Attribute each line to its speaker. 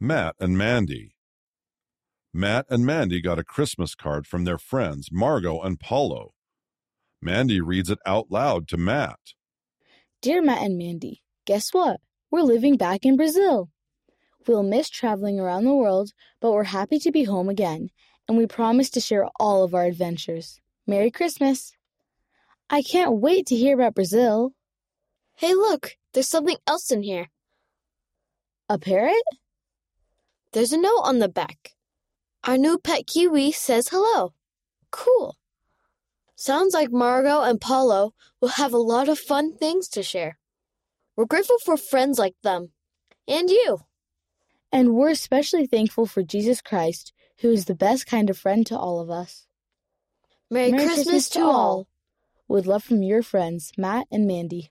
Speaker 1: Matt and Mandy. Matt and Mandy got a Christmas card from their friends, Margot and Paulo. Mandy reads it out loud to Matt.
Speaker 2: Dear Matt and Mandy, guess what? We're living back in Brazil. We'll miss traveling around the world, but we're happy to be home again, and we promise to share all of our adventures. Merry Christmas! I can't wait to hear about Brazil.
Speaker 3: Hey, look, there's something else in here.
Speaker 2: A parrot?
Speaker 3: There's a note on the back. Our new pet kiwi says hello. Cool. Sounds like Margot and Paulo will have a lot of fun things to share. We're grateful for friends like them and you.
Speaker 2: And we're especially thankful for Jesus Christ, who is the best kind of friend to all of us.
Speaker 3: Merry, Christmas, to all.
Speaker 2: With love from your friends, Matt and Mandy.